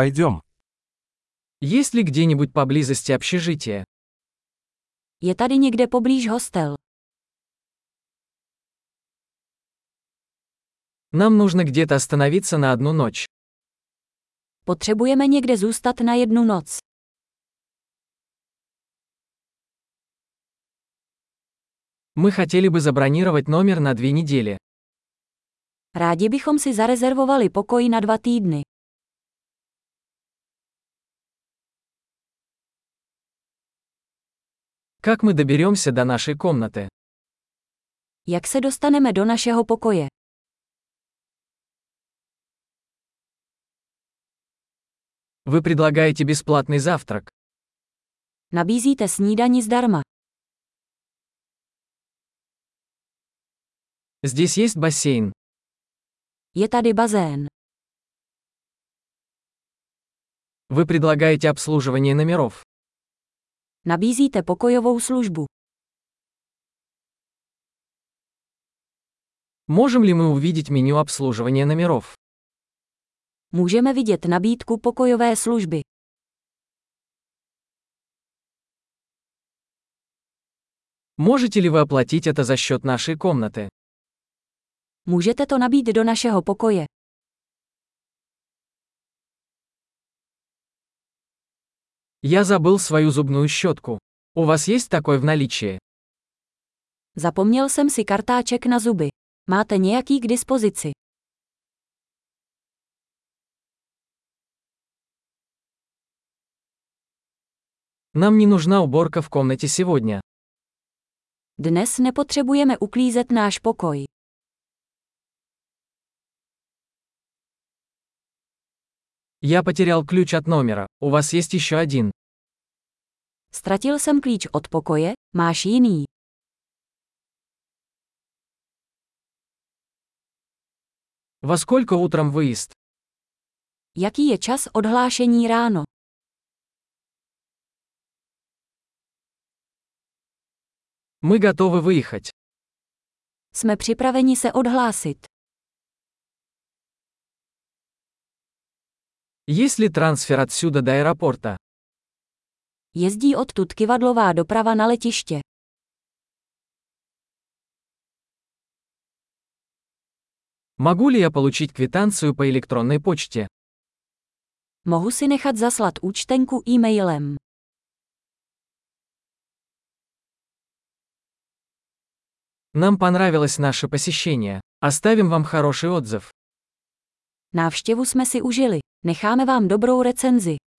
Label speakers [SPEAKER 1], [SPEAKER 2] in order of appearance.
[SPEAKER 1] Пойдем.
[SPEAKER 2] Есть ли где-нибудь поблизости общежитие?
[SPEAKER 3] Je tady někde poblíž hostel.
[SPEAKER 2] Нам нужно где-то остановиться на одну ночь.
[SPEAKER 3] Potřebujeme někde zůstat na jednu noc.
[SPEAKER 2] Мы хотели бы забронировать номер на две недели.
[SPEAKER 3] Rádi bychom si zarezervovali pokoj na dva týdny.
[SPEAKER 2] Как мы доберемся до нашей комнаты?
[SPEAKER 3] Jak se dostaneme do našeho pokoje?
[SPEAKER 2] Вы предлагаете бесплатный завтрак.
[SPEAKER 3] Nabízíte snídani zdarma.
[SPEAKER 2] Здесь есть бассейн.
[SPEAKER 3] Je tady bazén.
[SPEAKER 2] Вы предлагаете обслуживание номеров.
[SPEAKER 3] Nabízíte pokojovou službu.
[SPEAKER 2] Можем ли мы увидеть меню обслуживания номеров?
[SPEAKER 3] Můžeme vidět nabídku pokojové služby.
[SPEAKER 2] Можете ли вы оплатить это за счет нашей комнаты?
[SPEAKER 3] Můžete to nabít do našeho pokoje.
[SPEAKER 2] Я забыл свою зубную щетку. У вас есть такой в наличии?
[SPEAKER 3] Zapomněl jsem si kartáček na zuby. Máte nějaký k dispozici?
[SPEAKER 2] Нам не нужна уборка в комнате сегодня.
[SPEAKER 3] Dnes nepotřebujeme uklízet náš pokoj.
[SPEAKER 2] Я потерял ключ от номера. У вас есть еще один.
[SPEAKER 3] Ztratil jsem klíč od pokoje, máš jiný.
[SPEAKER 2] Во сколько утром выезд?
[SPEAKER 3] Jaký je čas odhlášení ráno?
[SPEAKER 2] Мы готовы выехать.
[SPEAKER 3] Jsme připraveni se odhlásit.
[SPEAKER 2] Есть ли трансфер отсюда до аэропорта?
[SPEAKER 3] Jezdí odtud kivadlová doprava na letiště.
[SPEAKER 2] Могу ли я получить квитанцию по электронной почте?
[SPEAKER 3] Mohu si nechat zaslat účtenku e-mailem.
[SPEAKER 2] Нам понравилось наше посещение. Оставим вам хороший отзыв.
[SPEAKER 3] Návštěvu jsme si užili. Necháme vám dobrou recenzi.